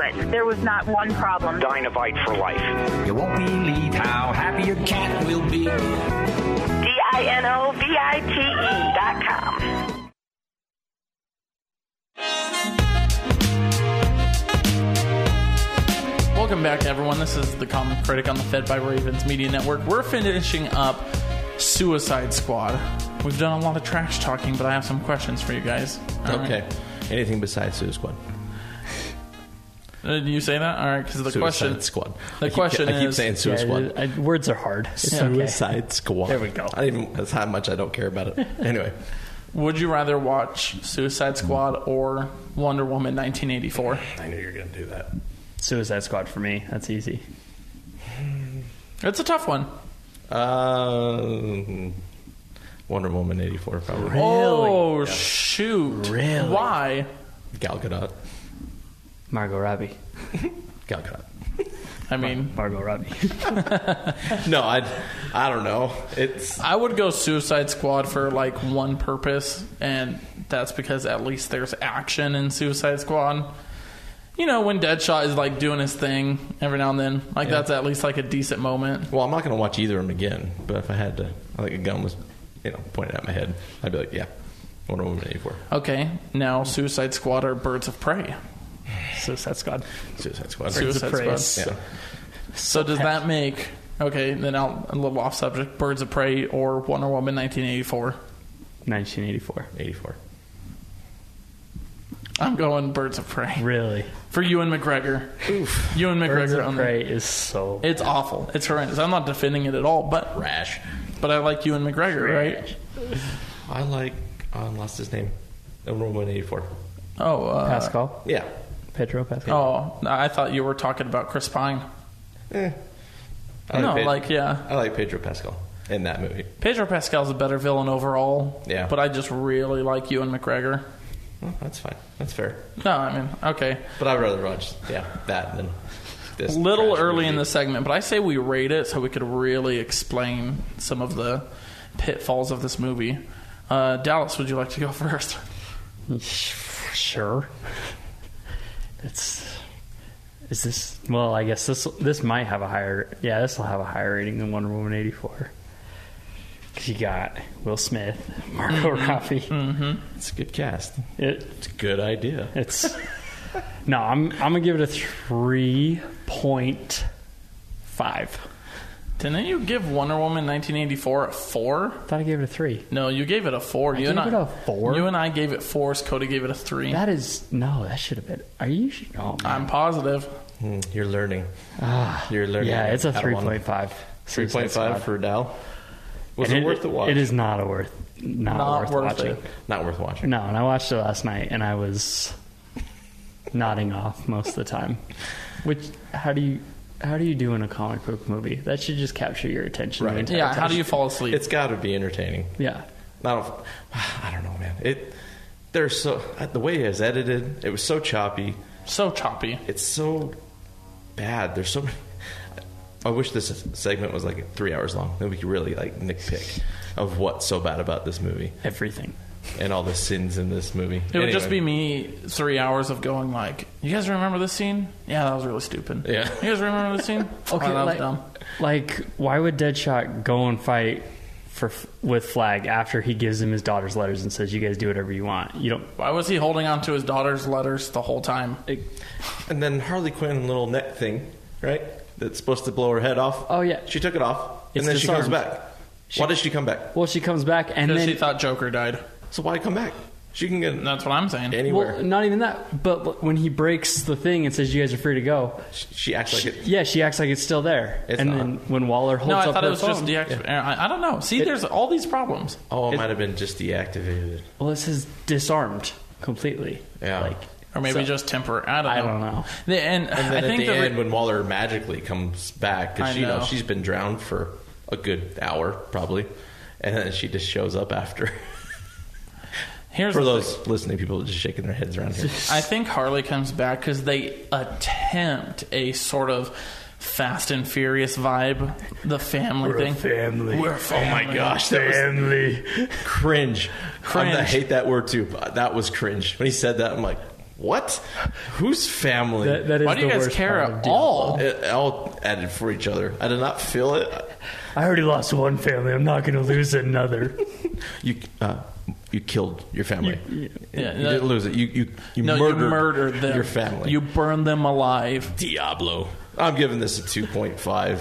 S18: it. There was not one problem.
S19: Dynavite for life.
S20: You won't believe how happy your cat will be.
S21: E
S17: D-I-N-O-V-I-T-E dot com.
S1: Welcome back, everyone. This is the Common Critic on the Fed by Ravens Media Network. We're finishing up Suicide Squad. We've done a lot of trash talking, but I have some questions for you guys. All right.
S2: okay. Anything besides Suicide Squad?
S1: Uh, Did you say that? All right, because the
S2: Suicide
S1: question
S2: Squad.
S1: The
S2: I keep-
S1: question
S2: I keep
S1: is
S2: saying Suicide Squad.
S3: I- I- words are hard. It's
S2: Suicide Squad.
S3: There we go.
S2: I didn't even, that's how much I don't care about it. Anyway, Hmm.
S1: Would you rather watch Suicide Squad or Wonder Woman 1984?
S2: I knew you were going to do that.
S3: Suicide Squad for me. That's easy.
S1: It's a tough one.
S2: Um, Wonder Woman 84, probably.
S1: Oh shoot!
S2: Really?
S1: Why?
S2: Gal Gadot.
S3: Margot Robbie.
S2: Gal Gadot.
S1: I mean,
S3: Margot Robbie.
S2: No, I, I don't know. It's
S1: I would go Suicide Squad for like one purpose, and that's because at least there's action in Suicide Squad. You know, when Deadshot is like doing his thing every now and then, like that's at least like a decent moment.
S2: Well, I'm not going to watch either of them again, but if I had to, I think a gun was, you know, pointed at my head, I'd be like, yeah, Wonder Woman 84.
S1: Okay, now Suicide Squad or Birds of Prey? Suicide Squad.
S2: Suicide Squad.
S1: Suicide Squad. So, so does that make okay? Then I'll, a little off subject. Birds of Prey or Wonder Woman 1984?
S3: 1984.
S2: 84.
S1: I'm going Birds of Prey
S3: Really?
S1: for Ewan McGregor. Oof. Ewan McGregor
S3: Birds
S1: on
S3: of
S1: the-
S3: Prey is so.
S1: It's awful. It's horrendous. I'm not defending it at all, but
S2: Rash.
S1: But I like Ewan McGregor, right?
S2: I like, I lost his name. Wonder Woman 84.
S1: Oh, uh,
S3: Pascal?
S2: Yeah.
S3: Pedro Pascal?
S1: Oh, I thought you were talking about Chris Pine.
S2: Eh.
S1: No,
S2: Pedro-
S1: like, yeah.
S2: I like Pedro Pascal in that movie.
S1: Pedro Pascal's a better villain overall.
S2: Yeah.
S1: But I just really like Ewan McGregor.
S2: Well, that's fine. That's fair.
S1: No, I mean, okay.
S2: But I'd rather watch, yeah, that than this.
S1: little
S2: trash
S1: early
S2: movie.
S1: in the segment, but I say we rate it so we could really explain some of the pitfalls of this movie. Uh, Dallas, would you like to go first?
S3: Sure. It's. Is this well? I guess this this might have a higher yeah. This will have a higher rating than Wonder Woman eighty four. Cause you got Will Smith, Margot Robbie.
S2: It's a good cast.
S3: It,
S2: Mm-hmm. It's a good idea.
S3: it's no. I'm I'm gonna give it a three point five.
S1: Didn't you give Wonder Woman 1984 a four?
S3: I thought I gave it a three.
S1: No, you gave it a four. you and
S3: gave it
S1: I,
S3: a four?
S1: You and I gave it fours. Cody gave it a three.
S3: That is no. That should have been. Are you? sh- Oh, man.
S1: I'm positive.
S2: Hmm, you're learning.
S3: Ah,
S2: You're learning.
S3: yeah, it's a
S2: I don't
S3: three
S2: wanna-
S3: point five.
S2: 3.5 for Dow. Was
S3: And
S2: it, worth the watch?
S3: It is not a worth. Not,
S1: Not
S3: worth,
S1: worth
S3: watching.
S1: it.
S2: Not worth watching.
S3: No, and I watched it last night, and I was nodding off most of the time. Which how do you how do you do in a comic book movie? That should just capture your attention. the
S2: Right.
S3: entire
S1: Yeah. How
S3: time.
S1: do you fall asleep?
S2: It's got to be entertaining.
S3: Yeah,
S2: I don't, I don't know, man. It there's so uh, the way it was edited, it was so choppy.
S1: so choppy.
S2: It's so bad. There's so many. I wish this segment was like three hours long. Then we could really like nitpick of what's so bad about this movie.
S3: Everything.
S2: And all the sins in this movie.
S1: It would just be me three hours of going like, "You guys remember this scene? Yeah, that was really stupid.
S2: Yeah.
S1: you guys remember this scene?
S3: Okay,
S1: oh, that was
S3: like,
S1: dumb.
S3: like, why would Deadshot go and fight for with Flag after he gives him his daughter's letters and says, "You guys do whatever you want. You don't."
S1: Why was he holding on to his daughter's letters the whole time?
S2: And then Harley Quinn little neck thing, right? That's supposed to blow her head off.
S3: Oh yeah,
S2: she took it off,
S3: It's
S2: and then she comes
S3: disarmed.
S2: back. why did she come back?
S3: Well, she comes back and
S1: Because
S3: then
S1: he thought Joker died.
S2: So why come back? She can get.
S1: That's what I'm saying.
S3: Well, not even that. But when he breaks the thing and says, "You guys are free to go,"
S2: she acts like it.
S3: Yeah, she acts like it's still there.
S2: It's
S3: and
S2: not.
S3: then when Waller holds
S1: No, I
S3: up
S1: thought
S3: her
S1: it was
S3: phone,
S1: just deactivated. I, I don't know. See, there's all these problems.
S2: Oh, it, might have been just deactivated.
S3: well, this is disarmed completely.
S2: Yeah.
S1: or maybe just temporary. I don't know. The- And,
S2: And then
S1: I think
S2: at the,
S1: the re-
S2: end, when Waller magically comes back,
S1: I
S2: because you know
S1: know.
S2: she's been drowned for a good hour probably, and then she just shows up after.
S1: Here's
S2: for
S1: the
S2: those listening people just shaking their heads around here.
S1: I think Harley comes back because they attempt a sort of Fast and Furious vibe, the family
S2: We're a
S1: thing.
S2: family.
S1: We're a family.
S2: Oh my gosh, that was-
S3: family.
S2: cringe.
S1: Cringe.
S2: I'm- I hate that word too. But that was cringe when he said that. I'm like, what? Whose family?
S1: That- that is Why do you the guys worst care part at of Diablo. all?
S2: It- all added for each other. I did not feel it.
S3: I already lost one family. I'm not going to lose another.
S2: You, uh, you killed your family. You,
S1: Yeah,
S2: you
S1: no.
S2: didn't lose it. You, you, you
S1: no,
S2: murdered,
S1: you murdered them.
S2: your family.
S1: You burned them alive.
S2: Diablo. I'm giving this a 2.5.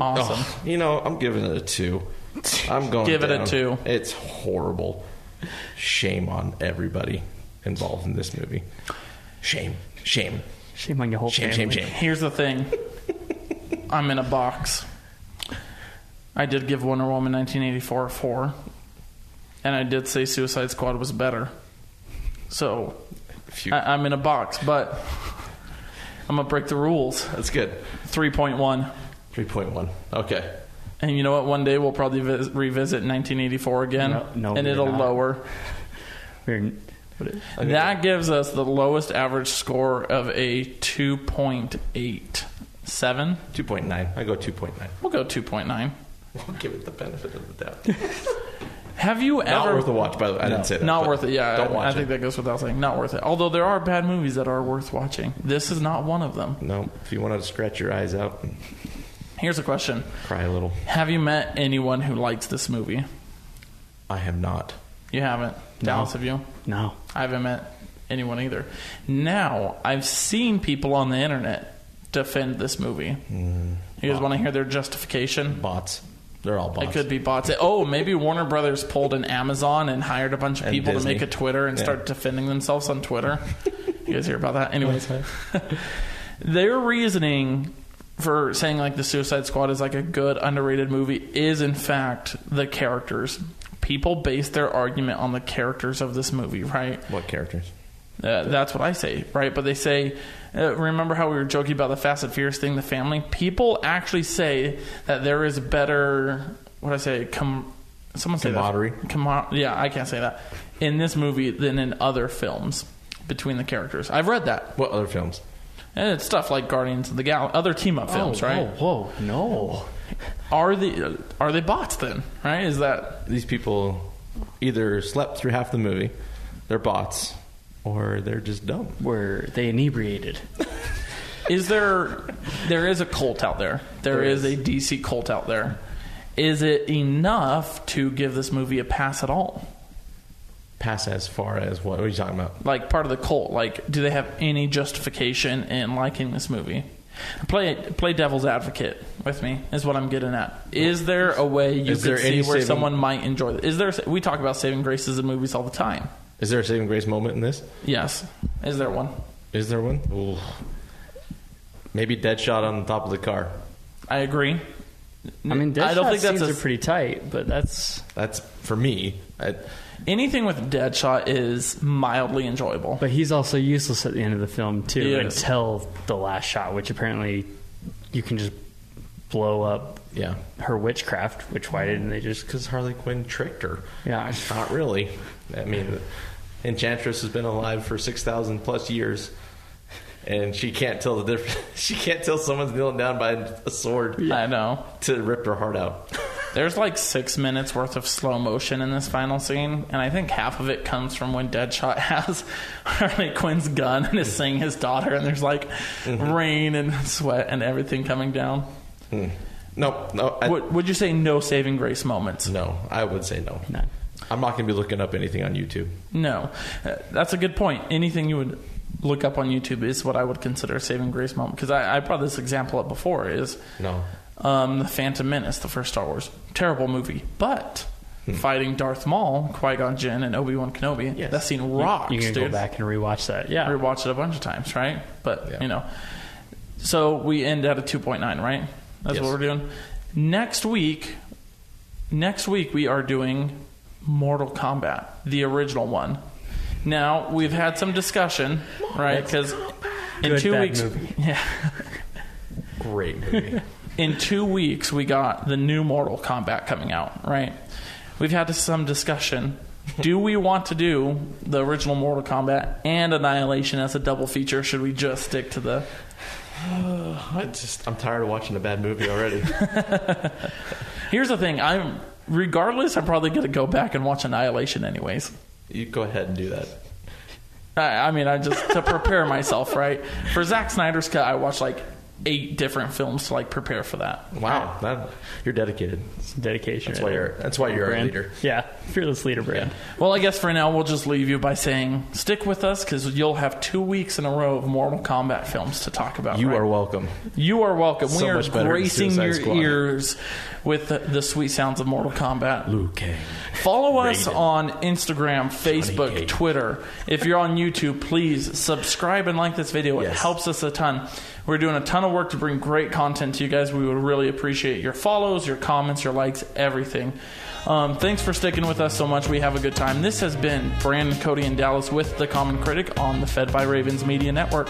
S1: Awesome.
S2: Oh, you know, I'm giving it a two. I'm going.
S1: Give it a
S2: down.
S1: two.
S2: It's horrible. Shame on everybody involved in this movie. Shame. Shame.
S3: Shame on your whole
S2: Shame, shame, shame.
S1: Here's the thing. I'm in a box. I did give Wonder Woman 1984 a four, and I did say Suicide Squad was better. So I, I'm in a box, but I'm gonna break the rules.
S2: That's good.
S1: 3.1.
S2: 3.1. Okay.
S1: And you know what? One day we'll probably vis- revisit 1984 again,
S3: No- no,
S1: and
S3: we're
S1: it'll
S3: not.
S1: lower.
S3: We're,
S1: That gives us the lowest average score of a 2.87.
S2: 2.9. I go 2.9.
S1: We'll go 2.9.
S2: We'll give it the benefit of the doubt.
S1: Have you
S2: Not
S1: ever
S2: worth a watch, by the way. I didn't say that.
S1: Not
S2: but
S1: worth it. Yeah,
S2: Don't
S1: I-
S2: watch
S1: I,
S2: it.
S1: think that goes without saying. Not worth it. Although there are bad movies that are worth watching. This is not one of them.
S2: No, if you want to scratch your eyes out and
S1: Here's a question:
S2: cry a little,
S1: Have you met anyone who likes this movie?
S2: I have not.
S1: You haven't. Dallas, have you?
S3: No.
S1: I haven't met anyone either. Now I've seen people on the internet defend this movie. You guys want to hear their justification?
S2: Bots. They're all bots.
S1: It could be bots. Oh, maybe Warner Brothers pulled an Amazon and hired a bunch of
S2: And
S1: people
S2: Disney.
S1: to make a Twitter and
S2: Yeah.
S1: start defending themselves on Twitter. you guys hear about that? Anyways, their reasoning for saying like the Suicide Squad is like a good underrated movie is in fact the characters. People base their argument on the characters of this movie, right?
S2: What characters?
S1: Uh, that's what I say, right? But they say, uh, remember how we were joking about the Fast and Furious thing, the family? People actually say that there is better, what I say, com- someone say
S2: Camaraderie?
S1: That. Camar- yeah, I can't say that. In this movie than in other films between the characters. I've read that.
S2: What other films?
S1: And it's stuff like Guardians of the Gal, other team up films,
S3: Oh,
S1: right?
S3: Whoa, whoa, no.
S1: Are the are they bots then? Right? Is that
S2: These people either slept through half the movie, they're bots, or they're just dumb.
S3: Were they inebriated?
S1: is there there is a cult out there there
S2: There
S1: is. a dc cult out there is it enough to give this movie a pass at all
S2: Pass as far as what? What are you talking about?
S1: like part of the cult like do they have any justification in liking this movie play play devil's advocate with me is what i'm getting at is there a way you
S2: Is
S1: could
S2: there
S1: see
S2: any
S1: where
S2: saving-
S1: someone might enjoy it is there we talk about saving graces in movies all the time
S2: Is there a saving grace moment in this?
S1: yes is there one
S2: Is there one? Ooh. Maybe Deadshot on the top of the car.
S1: i agree
S3: I mean,
S1: I don't think that's
S3: scenes
S1: a-
S3: are pretty tight, but that's
S2: That's for me. I,
S1: anything with deadshot is mildly enjoyable
S3: But he's also useless at the end of the film too,
S1: He is.
S3: until the last shot, which apparently you can just blow up.
S2: Yeah.
S3: her witchcraft. Which why didn't they just?
S2: Because Harley Quinn tricked her.
S3: Yeah,
S2: Not really. I mean, Enchantress has been alive for 6,000 plus years. and she can't tell the difference. She can't tell someone's kneeling down by a sword.
S1: I know
S2: to rip her heart out.
S1: There's like six minutes worth of slow motion in this final scene, and I think half of it comes from when Deadshot has Harley Quinn's gun and is seeing his daughter, and there's like
S2: Mm-hmm.
S1: rain and sweat and everything coming down.
S2: hmm. No, no. I,
S1: would, would you say no saving grace moments?
S2: No, I would say no.
S1: No.
S2: I'm not going to be looking up anything on YouTube.
S1: No, Uh, that's a good point. Anything you would look up on YouTube is what I would consider a saving grace moment because I, I brought this example up before. Is
S2: No.
S1: um, the Phantom Menace, the first Star Wars, terrible movie, but
S3: Hmm.
S1: fighting Darth Maul, Qui Gon Jinn, and Obi Wan Kenobi, that scene rocks.
S3: You, you can
S1: dude.
S3: go back and rewatch that. Yeah.
S1: rewatch it a bunch of times, right? But you know, so we end at a two point nine, right? That's what
S3: Yes.
S1: we're doing. Next week, next week we are doing Mortal Kombat, the original one. Now we've had some discussion, right? Because in
S3: Good,
S1: two
S3: bad
S1: weeks,
S3: movie.
S1: yeah,
S2: great movie.
S1: in two weeks, we got the new Mortal Kombat coming out, right? We've had some discussion. Do we want to do the original Mortal Kombat and Annihilation as a double feature? Should we just stick to the.
S2: I just I'm tired of watching a bad movie already.
S1: Here's the thing I'm. Regardless, I'm probably going to go back and watch Annihilation anyways.
S2: you go ahead and do that.
S1: I, I mean, I just to prepare myself, right? For Zack Snyder's cut, I watched like eight different films to like prepare for that.
S2: Wow, that, you're dedicated.
S3: It's dedication.
S2: That's why you're. That's why you're a
S3: Brand.
S2: leader.
S3: Yeah. Fearless leader brand.
S1: Well, I guess for now we'll just leave you by saying stick with us because you'll have two weeks in a row of Mortal Kombat films to talk about.
S2: You
S1: right?
S2: are welcome.
S1: You are welcome.
S2: So
S1: we are
S2: much better than
S1: gracing
S2: Suicide
S1: your
S2: Squad.
S1: ears with the, the sweet sounds of Mortal Kombat. Liu Follow us on Instagram, Facebook, Twitter. If you're on YouTube, please subscribe and like this video. It helps us a ton. We're doing a ton of work to bring great content to you guys. We would really appreciate your follows, your comments, your likes, everything. Um, thanks for sticking with us so much. We have a good time. This has been Brandon, Cody, and Dallas with The Common Critic on the Fed by Ravens Media Network.